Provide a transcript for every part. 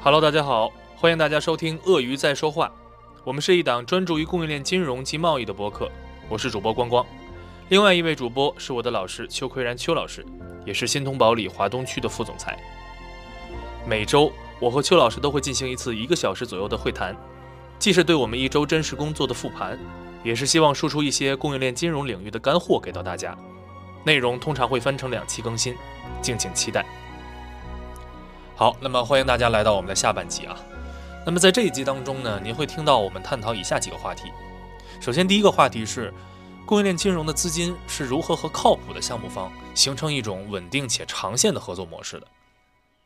Hello，大家好，欢迎大家收听《鳄鱼在说话》，我们是一档专注于供应链金融及贸易的播客，我是主播光光，另外一位主播是我的老师邱奎然邱老师，也是新通宝里华东区的副总裁。每周我和邱老师都会进行一次一个小时左右的会谈，既是对我们一周真实工作的复盘，也是希望输出一些供应链金融领域的干货给到大家。内容通常会分成两期更新，敬请期待。好，那么欢迎大家来到我们的下半集啊。那么在这一集当中呢，您会听到我们探讨以下几个话题。首先，第一个话题是供应链金融的资金是如何和靠谱的项目方形成一种稳定且长线的合作模式的。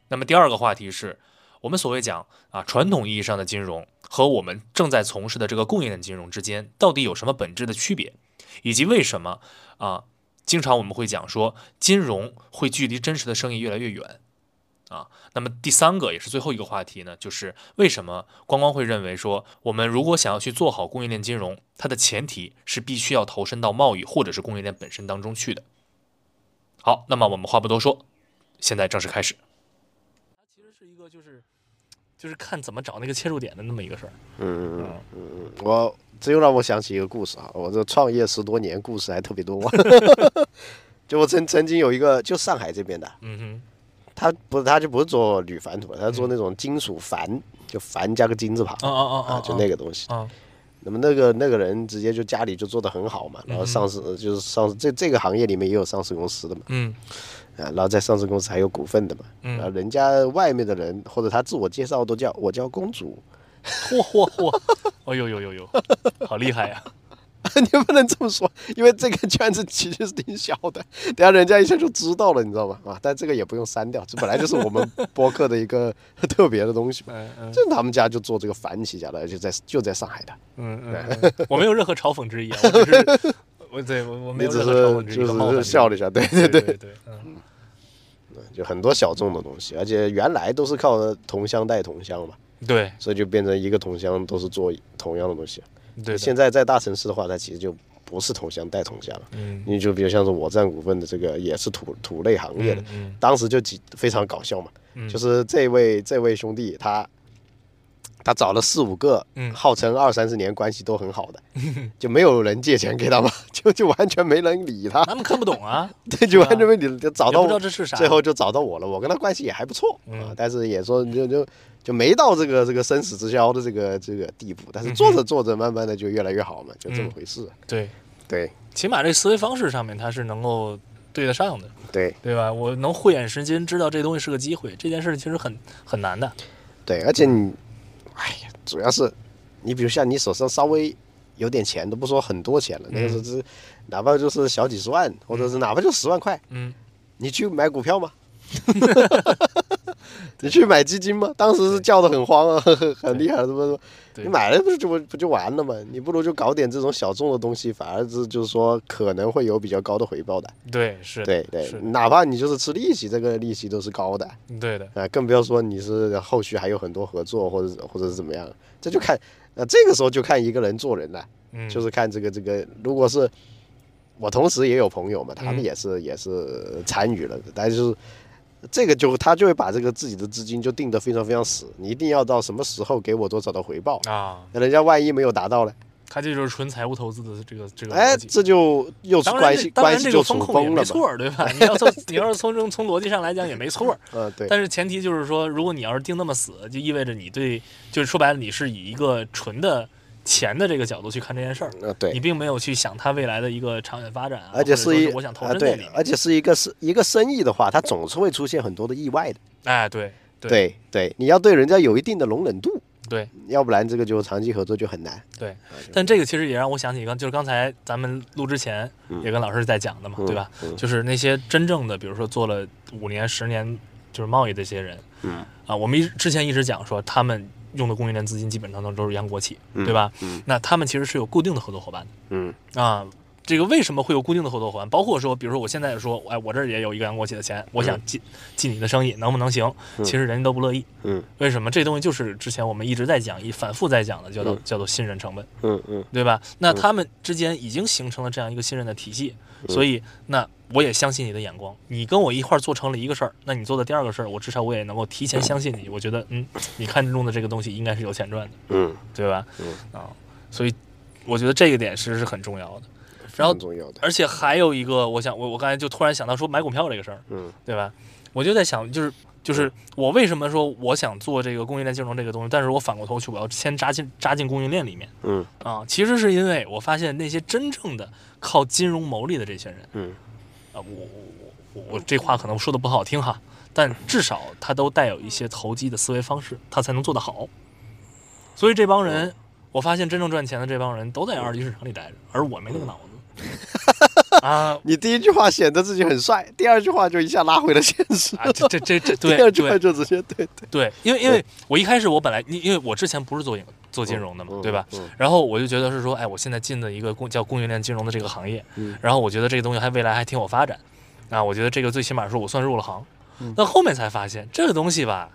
那么第二个话题是我们所谓讲啊传统意义上的金融和我们正在从事的这个供应链金融之间到底有什么本质的区别，以及为什么啊经常我们会讲说金融会距离真实的生意越来越远。啊，那么第三个也是最后一个话题呢，就是为什么光光会认为说，我们如果想要去做好供应链金融，它的前提是必须要投身到贸易或者是供应链本身当中去的。好，那么我们话不多说，现在正式开始。它其实是一个就是就是看怎么找那个切入点的那么一个事儿。嗯，嗯，我这又让我想起一个故事啊，我这创业十多年，故事还特别多。 就我曾曾经有一个，就上海这边的，嗯哼，他不他就不是做铝矾土，他做那种金属矾，就矾加个金字旁啊啊啊啊，就那个东西。啊，那么那个那个人直接就家里就做的很好嘛，然后上市就是上市这这个行业里面也有上市公司的嘛，嗯啊，然后在上市公司还有股份的嘛，嗯然后人家外面的人或者他自我介绍都叫我叫公主， 嚯嚯嚯，哎呦呦呦呦，好厉害呀！ 你不能这么说，因为这个圈子其实是挺小的， 等下人家一下就知道了，你知道吧？啊，但这个也不用删掉，这本来就是我们播客的一个 特别的东西嘛。嗯嗯就他们家就做这个樊起家的，而且在就在上海的，嗯嗯， 嗯我没有任何嘲讽之意啊，我只 是我对我我没你有只任何嘲讽是之意和冒犯就是之意笑了一下，对 对对对，对对，嗯就很多小众的东西，而且原来都是靠同乡带同乡嘛，对所以就变成一个同乡都是做同样的东西。对，现在在在大城市的话，它其实就不是同乡带同乡了。嗯你就比如像是我占股份的这个也是土土类行业的，嗯当时就几非常搞笑嘛，嗯就是这位这位兄弟他他找了四五个，嗯号称二三十年关系都很好的，就没有人借钱给他嘛， 就就完全没人理他，他们看不懂啊， 对，就完全没理他，就找也到不知道我这是啥，最后就找到我了，我跟他关系也还不错、嗯啊，但是也说就就就没到这个这个生死之交的这个这个地步，但是嗯做着做着慢慢的就越来越好嘛，就这么回事， 啊对，对起码这思维方式上面它是能够对得上的，对对吧？我能慧眼识金，知道这东西是个机会，这件事其实很很难的，对，而且你，哎呀，主要是你比如像你手上稍微有点钱，都不说很多钱了，那个嗯时候是哪怕就是小几十万，或者是哪怕就十万块，嗯，你去买股票吗？ 你去买基金吗？当时是叫的很慌啊， 很厉害，什么什么，对你买了不是就不就完了吗？你不如就搞点这种小众的东西，反而是就是说可能会有比较高的回报的。对，是，对对是，，哪怕你就是吃利息，这个利息都是高的。对的，啊，更不要说你是后续还有很多合作，或者或者是怎么样，这就看，呃，这个时候就看一个人做人了，嗯，就是是看这个这个，如果是我同时也有朋友嘛，他嗯们也是、也是参与了的，但是就是这个就他就会把这个自己的资金就定得非常非常死，你一定要到什么时候给我多少的回报，啊，那人家万一没有达到呢？它这就是纯财务投资的这个这个哎，逻辑。这就又是当然关这，系当关然系这就个处风控也崩没了嘛，错儿，对吧？你要从 你要是从从从逻辑上来讲也没错儿，嗯、 对，但是前提就是说，如果你要是定那么死，就意味着你对，就是说白了，你是以一个纯的钱的这个角度去看这件事儿，嗯、对你，并没有去想它未来的一个长远发展啊，而且或者说一我想投啊身在对里面，而且是一个是一个生意的话，它总是会出现很多的意外的。哎，对对对对，你要对人家有一定的容忍度，对要不然这个就长期合作就很难。对。但这个其实也让我想起刚，就是刚才咱们录之前也跟老师在讲的嘛，嗯对吧？嗯就是那些真正的，比如说做了五年、十年就是贸易的这些人，嗯啊，我们一之前一直讲说他们。用的供应链资金基本上都都是央国企，嗯对吧？嗯那他们其实是有固定的合作伙伴的，嗯啊，这个为什么会有固定的合作伙伴？包括说，比如说我现在说，哎，我这儿也有一个杨国企的钱，我想进进你的生意，能不能行？嗯其实人家都不乐意。嗯为什么？这东西就是之前我们一直在讲，一反复在讲的，叫做叫做信任成本，嗯嗯嗯对吧？那他们之间已经形成了这样一个信任的体系，所以那我也相信你的眼光，你跟我一块儿做成了一个事儿，那你做的第二个事儿，我至少我也能够提前相信你，我觉得嗯，你看中的这个东西应该是有钱赚的，嗯，对吧？嗯啊，所以我觉得这个点其实是很重要的。然后很重要的，而且还有一个，我想我我刚才就突然想到说买股票这个事儿，嗯对吧？我就在想，就是就是我为什么说我想做这个供应链金融这个东西，但是我反过头去我要先扎进扎进供应链里面嗯啊，其实是因为我发现那些真正的靠金融牟利的这些人嗯啊，我我我我我这话可能说的不好听哈，但至少他都带有一些投机的思维方式，他才能做得好。所以这帮人，我发现真正赚钱的这帮人都在二级市场里待着，而我没那个脑子啊。你第一句话显得自己很帅，第二句话就一下拉回了现实。啊，这这这这对 第二句话哦对就直接对对，对，因为因为我一开始我本来因因为我之前不是做银做金融的嘛嗯，对吧？？嗯然后我就觉得是说，哎，我现在进的一个供叫供应链金融的这个行业嗯，然后我觉得这个东西还未来还挺有发展，啊，我觉得这个最起码说我算入了行嗯。但后面才发现这个东西吧，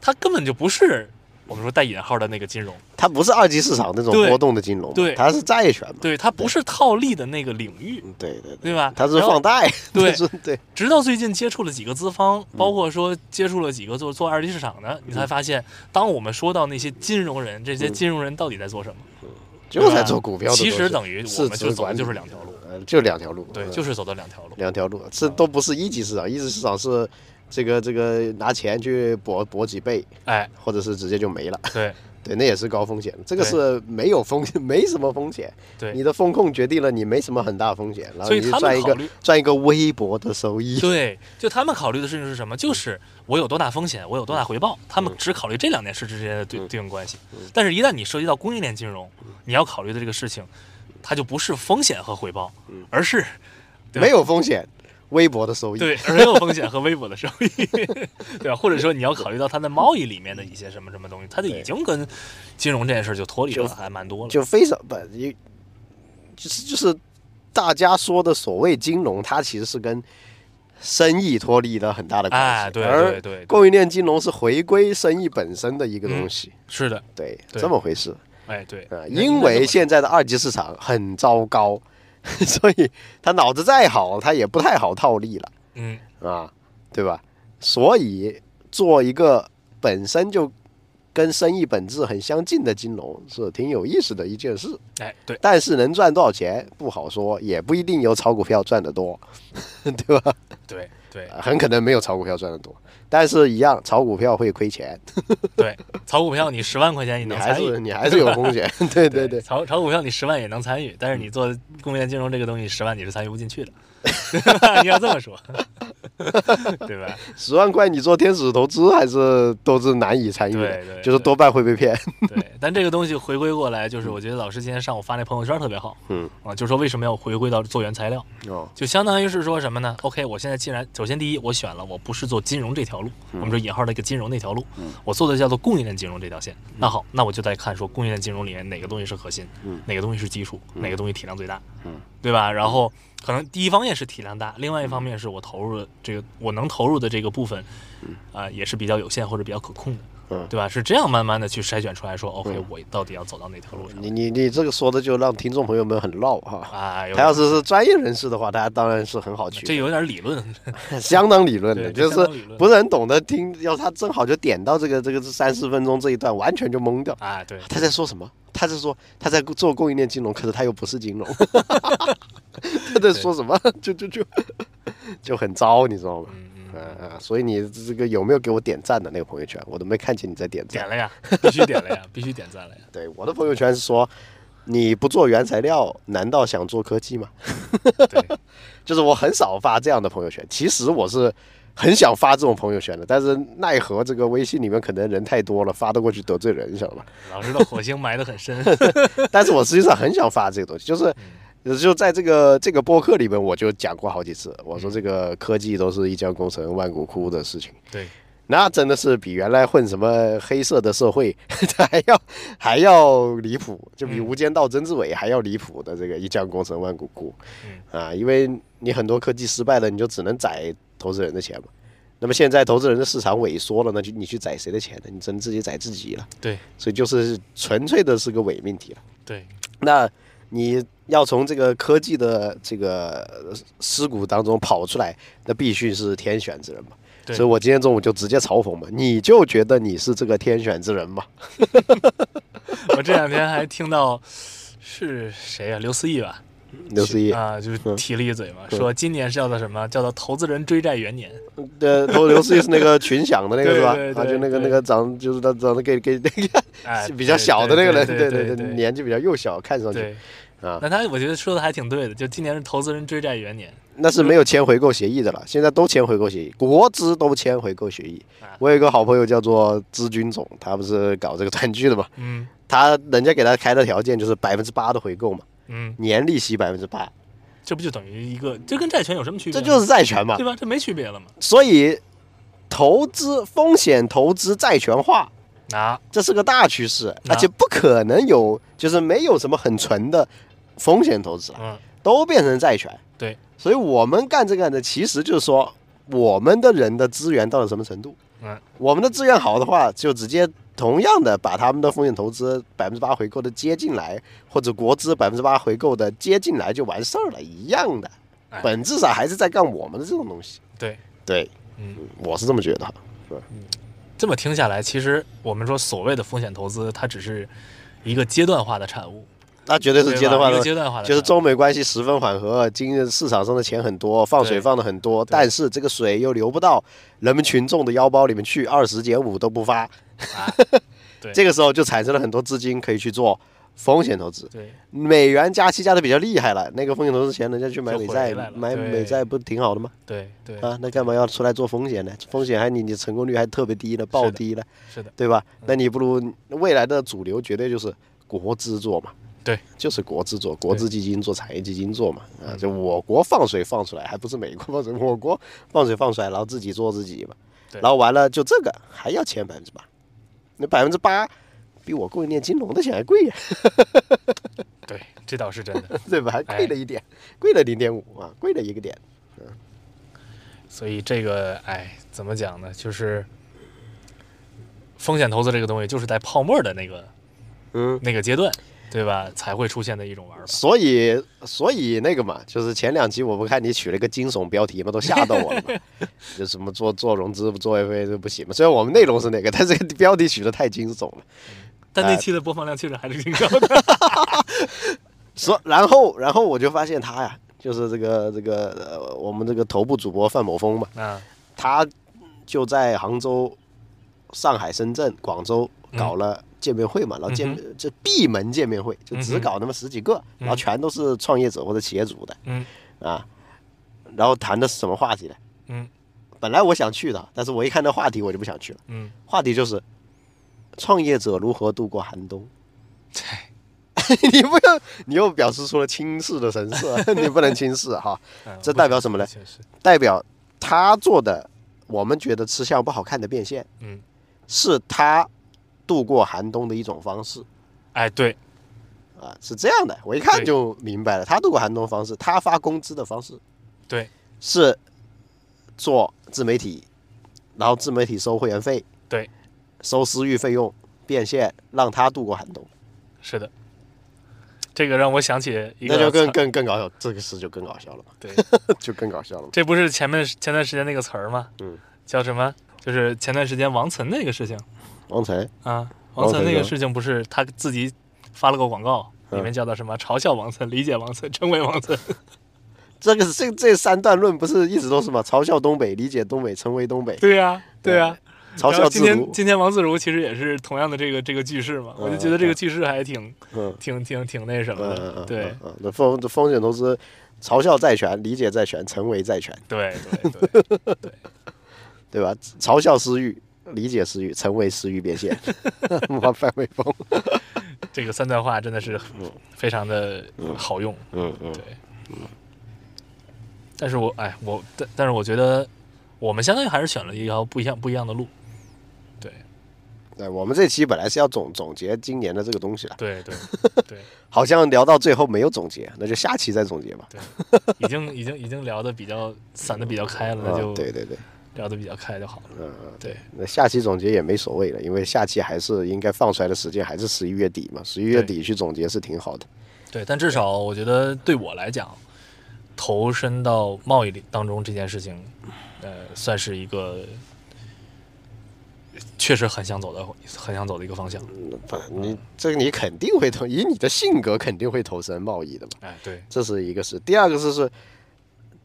它根本就不是我们说带引号的那个金融，它不是二级市场那种对波动的金融嘛，对它是债权嘛，对，它不是套利的那个领域，嗯对对对，对吧？它是然后放贷，对 它是对，直到最近接触了几个资方，包括说接触了几个做做二级市场的，你才发现，当我们说到那些金融人，这些金融人到底在做什么？就对吧在做股票的都其是，实等于我市们值就走的管理就是两条路，呃，就两条路，对，嗯就是走的两条路。两条路，这都不是一级市场，一级市场是这个这个拿钱去搏搏几倍，哎，或者是直接就没了， 对对，那也是高风险的，这个对是没有风， 没什么风险，你对，的风控决定了你没什么很大风险，然后所以你他就们赚一考个虑赚一个微薄的收 益，对，就他们考虑的事情是什么？就是我有多大风险，我有多大回报。他们只考虑这两件事之间的对对应关系。但是，一旦你涉及到供应链金融，你要考虑的这个事情，它就不是风险和回报，而是对没有风险，微薄的收益，对，而没有风险和微薄的收益， 对啊吧？或者说你要考虑到它在贸易里面的一些什么什么东西，它就已对经跟金融这件事就脱离就了还蛮多了。就非常不，也就是就是大家说的所谓金融，它其实是跟生意脱离了很大的关系，哎，对而对对，对供应链金融是回归生意本身的一个东西，是的，对，嗯对这么回事哎对啊、，那因那为么现在的二级市场很糟糕， 所以他脑子再好，他也不太好套利了嗯啊，对吧？所以做一个本身就跟生意本质很相近的金融是挺有意思的一件事，哎对但是能赚多少钱不好说，也不一定有炒股票赚得多，对吧？对对很可能没有炒股票赚得多，但是一样炒股票会亏钱。对，炒股票你十万块钱也你能还参是与。你还是有风险， 对对对，嗯炒炒股票你十万也能参与，但是你做供应链金融这个东西，十万你是参与不进去的， 你要这么说，对吧？十万块你做天使投资还是都是难以参与对的，对就是多半会被骗。对，但这个东西回归过来，就是我觉得老师今天上午发那朋友圈特别好，嗯，啊，就说为什么要回归到做原材料，哦，就相当于是说什么呢？OK，我现在既然首先第一，我选了我不是做金融这条路，嗯我们说引号那个金融那条路，我做的叫做供应链金融这条线。那好，那我就在看说供应链金融里面哪个东西是核心，嗯哪个东西是基础，哪个东西体量最大，嗯对吧？然后可能第一方面是体量大，另外一方面是我投入的这个我能投入的这个部分，啊、也是比较有限或者比较可控的。嗯对吧？是这样慢慢的去筛选出来说，OK，我到底要走到哪条路上？你你你这个说的就让听众朋友们很绕哈。啊，有他嗯要是是专业人士的话，大家当然是很好这去，有点理 论， 相当理论的，对这就是相当理论不是很懂得听。要他正好就点到这个这个三十分钟这一段，完全就懵掉。啊，对，他在说什么？他在说他在做供应链金融，可是他又不是 金融，他在说什么？就就就就很糟，你知道吗？嗯嗯，嗯嗯，所以你这个有没有给我点赞的那个朋友圈？我都没看见你在点赞点。了呀， 必须点了呀，必须点赞了呀。对，我的朋友圈是说，你不做原材料，难道想做科技吗？对，就是我很少发这样的朋友圈。其实我是很想发这种朋友圈的，但是奈何这个微信里面可能人太多了，发得过去得罪人，你知道吧？老师的火星埋得很 深，但是我实际上很想发这个东西，嗯就是。就在这个这个播客里嗯面，我就讲过好几次，我说这个科技都是一将功成万骨枯的事情，对，那真的是比原来混什么黑色的社会还要还要离谱，就比嗯《无间道》曾志伟还要离谱的这个一将功成万骨枯嗯，啊，因为你很多科技失败了，你就只能宰投资人的钱嘛。那么现在投资人的市场萎缩了，那就你去宰谁的钱呢？你只能自己宰自己了。对所以就是纯粹的是个伪命题了。 对，那你要从这个科技的这个呃尸骨当中跑出来，那必须是天选之人嘛。对所以我今天中午就直接嘲讽嘛，你就觉得你是这个天选之人嘛？我这两天还听到是谁呀、啊刘思义吧？刘思义，嗯啊，就是提了一嘴嘛，说今年是叫做什么？叫做投资人追债元年。呃，投刘思义是那个群享的那个是吧？对对啊，就那个对那个长就是他长得给给那哎，个 比较小的那个人，对对对对，对。年纪比较幼小，看上去对啊，那他我觉得说的还挺对的，就今年是投资人追债元年。那是没有签回购协议的了，现在都签回购协议，国资都签回购协议啊。我有一个好朋友叫做资军总，他不是搞这个短剧的嘛，嗯他人家给他开的条件就是百分之八的回购嘛，嗯，年利息百分之八，这不就等于一个，这跟债权有什么区别这呢？就是债权嘛对。吧？这没区别了嘛。所以，投资风险投资债权化，啊，这是个大趋势，而且不可能有，就是没有什么很纯的风险投资了，嗯，都变成债权。对，所以我们干这个呢，其实就是说，我们的人的资源到了什么程度？嗯，我们的资源好的话，就直接同样的把他们的风险投资百分之八回购的接进来，或者国资百分之八回购的接进来就完事儿了，一样的哎，本质上还是在干我们的这种东西。对。对，嗯，我是这么觉得哈。这么听下来，其实我们说所谓的风险投资，它只是一个阶段化的产物，那绝对对是吧阶段化一个的，阶段化的产物，就是中美关系十分缓和，今日市场上的钱很多，放水对放的很多，对但是这个水又流不到人民群众的腰包里面去，二十减五都不发，啊，对这个时候就产生了很多资金可以去做风险投资。对美元加息加的比较厉害了，那个风险投资钱人家去买就美回债来了，买对美债不挺好的吗？对对，啊，那干嘛要出来做风险呢？风险还你你成功率还特别低呢，暴低呢，是的，对吧？那嗯你不如未来的主流绝对就是国资做嘛，对，就是国资做，国资基金做，产业基金做嘛，啊，就我国放水放出来，还不是美国放水，我国放水放出来，然后自己做自己嘛，对然后完了就这个还要欠百分之八，那百分之八比我供应链金融的钱还贵呀，对，这倒是真的。对吧？还贵了一点，贵了零点五啊，贵了一个点。所以这个，哎，怎么讲呢？就是风险投资这个东西，就是在泡沫的那个嗯，那个阶段，对吧？才会出现的一种玩法。所以，所以那个嘛，就是前两集我不看你取了个惊悚标题嘛，都吓到我了嘛。就什么做做融资不做 FA 这不行嘛。虽然我们内容是那个，但是标题取的太惊悚了。但那哎期的播放量确实还是挺高的。所然后，然后我就发现他呀，就是这个这个呃，我们这个头部主播范某峰嘛， 啊，他就在杭州、上海、深圳、广州搞了见面会嘛，然后见、这闭门见面会，就只搞那么十几个，然后全都是创业者或者企业主的。嗯啊，然后谈的是什么话题呢？嗯本来我想去的，但是我一看那话题我就不想去了。嗯，话题就是创业者如何度过寒冬。 对， 你不要，你又表示出了轻视的神色， 你不能轻视哈。嗯这代表什么呢？确实，代表他做的，我们觉得吃相不好看的变现，嗯，是他度过寒冬的一种方式哎，对，啊，是这样的。我一看对就明白了，他度过寒冬的方式，他发工资的方式，对，是做自媒体，然后自媒体收会员费，对，收私域费用，变现让他度过寒冬，是的。这个让我想起一个那就更词更更搞笑，这个事就更搞笑 了嘛，对，就更搞笑了嘛。这不是前面前段时间那个词儿吗？嗯，叫什么？就是前段时间王岑那个事情王晨，啊，王王岑岑那个是吧事情不是他自己发了个广告，嗯里面叫做什么？嘲笑王岑，理解王岑，成为王岑。 这个这这三段论不是一直都是吗？嘲笑东北，理解东北，成为东北，对呀、对呀、嘲然笑后今自天如。今天王自如其实也是同样的这个这个句式嘛，我就觉得这个句式还挺嗯挺挺挺那什么嗯的，嗯，对嗯嗯，那风风险投资，嘲笑债权，理解债权，成为债权，对对对 对，对吧？嘲笑私域，理解私域，成为私域 变现。我范伟峰，这个三段话真的是非常的好用。嗯嗯对，但是我哎，我但但是我觉得我们相当于还是选了一条不一样不一样的路， 对，我们这期本来是要总总结今年的这个东西了，对对对好像聊到最后没有总结，那就下期再总结吧。对，已经已经已经聊的比较散的比较开了，那嗯，就对对对，聊的比较开就好了。嗯，对，那下期总结也没所谓了，因为下期还是应该放出来的时间还是十一月底嘛，十一月对底去总结是挺好的。对，但至少我觉得对我来讲，投身到贸易里当中这件事情，呃，算是一个确实很想走的很想走的一个方向。嗯不，你这个你肯定会投，以你的性格肯定会投身贸易的嘛，哎，对，这是一个是。第二个是是，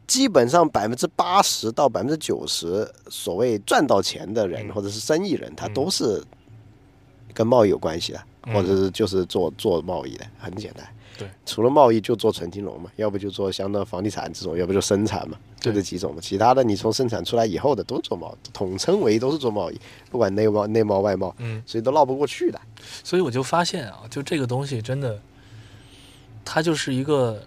基本上百分之八十到百分之九十所谓赚到钱的嗯人、或者是生意人，他都是跟贸易有关系的，或者是就是做做贸易的，很简单。嗯对，除了贸易就做纯金融嘛，要不就做相当房地产这种，要不就生产嘛，就这几种嘛。其他的你从生产出来以后的都做贸易，统称为都是做贸易，不管内贸内贸外贸，嗯，所以都绕不过去的。所以我就发现啊，就这个东西真的，它就是一个，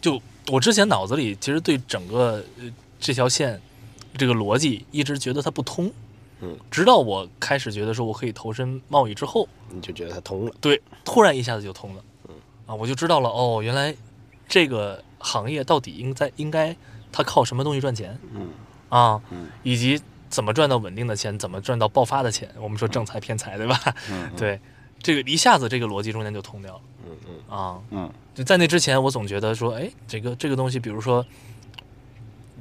就我之前脑子里其实对整个呃这条线这个逻辑一直觉得它不通，嗯，直到我开始觉得说我可以投身贸易之后，你就觉得它通了。对，突然一下子就通了，啊，我就知道了哦，原来这个行业到底应在应该它靠什么东西赚钱，嗯啊嗯，以及怎么赚到稳定的钱，怎么赚到爆发的钱，我们说正财偏财，对吧？嗯 对，这个一下子这个逻辑中间就通掉了嗯嗯啊！嗯就在那之前，我总觉得说，哎，这个这个东西，比如说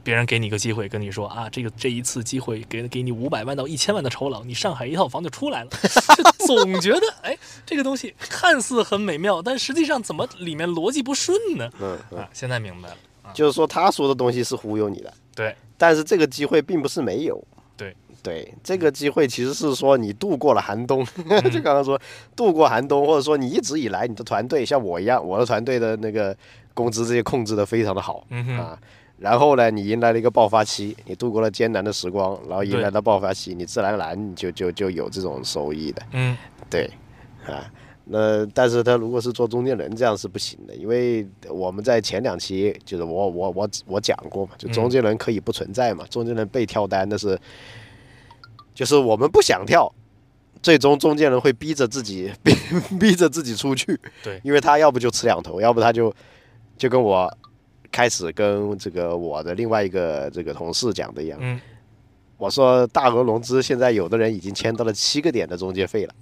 别人给你一个机会，跟你说啊，这个这一次机会给给你五百万到一千万的酬劳，你上海一套房就出 来了，就总觉得哎，这个东西看似很美妙，但实际上怎么里面逻辑不顺呢？嗯嗯，啊，现在明白了，就是说他说的东西是忽悠你的，对但是这个机会并不是没有。对对，这个机会其实是说你度过了寒冬，嗯 就刚刚说度过寒冬，或者说你一直以来你的团队像我一样，我的团队的那个工资这些控制的非常的好、嗯哼啊。然后呢，你迎来了一个爆发期，你度过了艰难的时光，然后迎对来了爆发期，你自然而然你就就就有这种收益的。嗯，对，啊，那但是他如果是做中间人，这样是不行的，因为我们在前两期就是我我我我讲过嘛，就中间人可以不存在嗯嘛，中间人被跳单那是，就是我们不想跳。最终中间人会逼着自己，逼逼着自己出去，对因为他要不就吃两头，要不他就就跟我开始跟这个我的另外一个这个同事讲的一样，嗯我说大额融资现在有的人已经签到了七个点的中介费了。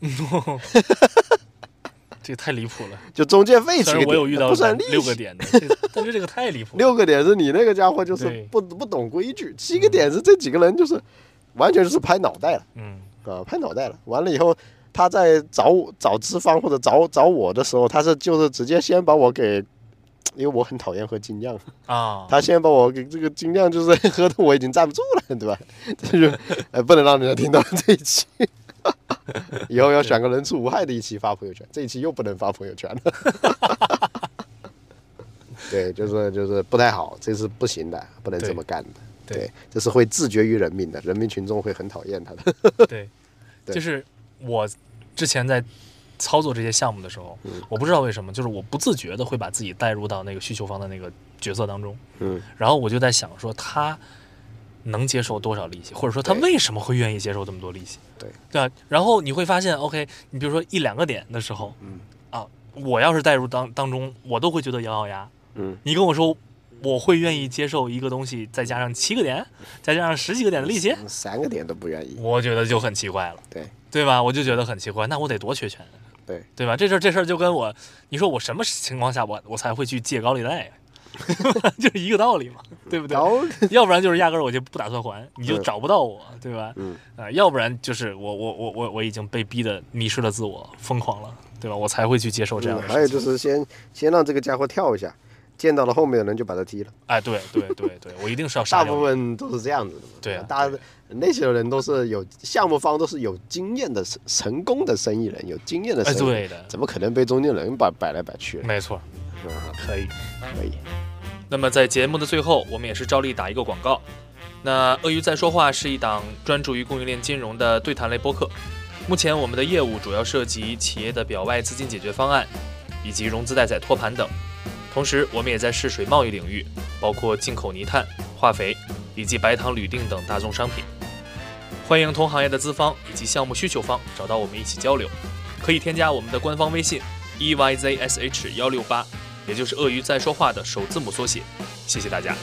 这个太离谱了。就中介费虽然几个点，我有遇到不算利息六个，点的，这但是这个太离谱了。六个点是你那个家伙就是对不不懂规矩，七个点是这几个人就是完全就是拍脑袋了嗯啊，拍脑袋了。完了以后，他在找我找资方或者找找我的时候，他是就是直接先把我给。因为我很讨厌喝精酿， 啊，他先把我给这个精酿就是 喝的我已经站不住了，对吧？这就呃不能让人家听到这一期， 以后要选个人畜无害的一期发朋友圈，这一期又不能发朋友圈了。 对，就是就是不太好，这是不行的，不能这么干的。对对，这是会自绝于人民的，人民群众会很讨厌他的。对， 对就是我之前在操作这些项目的时候，嗯我不知道为什么，就是我不自觉的会把自己带入到那个需求方的那个角色当中， 嗯，然后我就在想说他能接受多少利息，或者说他对为什么会愿意接受这么多利息？对，对啊。然后你会发现，OK，你比如说一两个点的时候，嗯啊，我要是带入当当中，我都会觉得咬咬牙。嗯，你跟我说。我会愿意接受一个东西，再加上七个点，再加上十几个点的利息，三个点都不愿意。我觉得就很奇怪了，对对吧？我就觉得很奇怪，那我得多缺钱，对，对吧？这事儿这事儿就跟我，你说我什么情况下我我才会去借高利贷呀？ 就是一个道理嘛，对不对？然后要不然就是压根儿我就不打算还，你就嗯找不到我，对吧？嗯啊、要不然就是我我我我我已经被逼的迷失了自我，疯狂了，对吧？我才会去接受这样嗯的还有事情。就是先先让这个家伙跳一下，见到了后面的人就把他踢了。哎，对对对对，我一定是要杀大掉部你。分都是这样子的嘛。对啊大家那些人都是有项目方都是有经验的成成功的生意人，有经验的哎，生意人，对的，怎么可能被中间人摆摆来摆去呢？没错，嗯，可以。可以。那么在节目的最后，我们也是照例打一个广告。那《鳄鱼在说话》是一档专注于供应链金融的对谈类播客。目前我们的业务主要涉及企业的表外资金解决方案，以及融资贷载托盘等。同时，我们也在试水贸易领域，包括进口泥炭、化肥以及白糖、铝锭等大宗商品。欢迎同行业的资方以及项目需求方找到我们一起交流，可以添加我们的官方微信 e y z s h 幺六八，也就是鳄鱼在说话的首字母缩写。谢谢大家。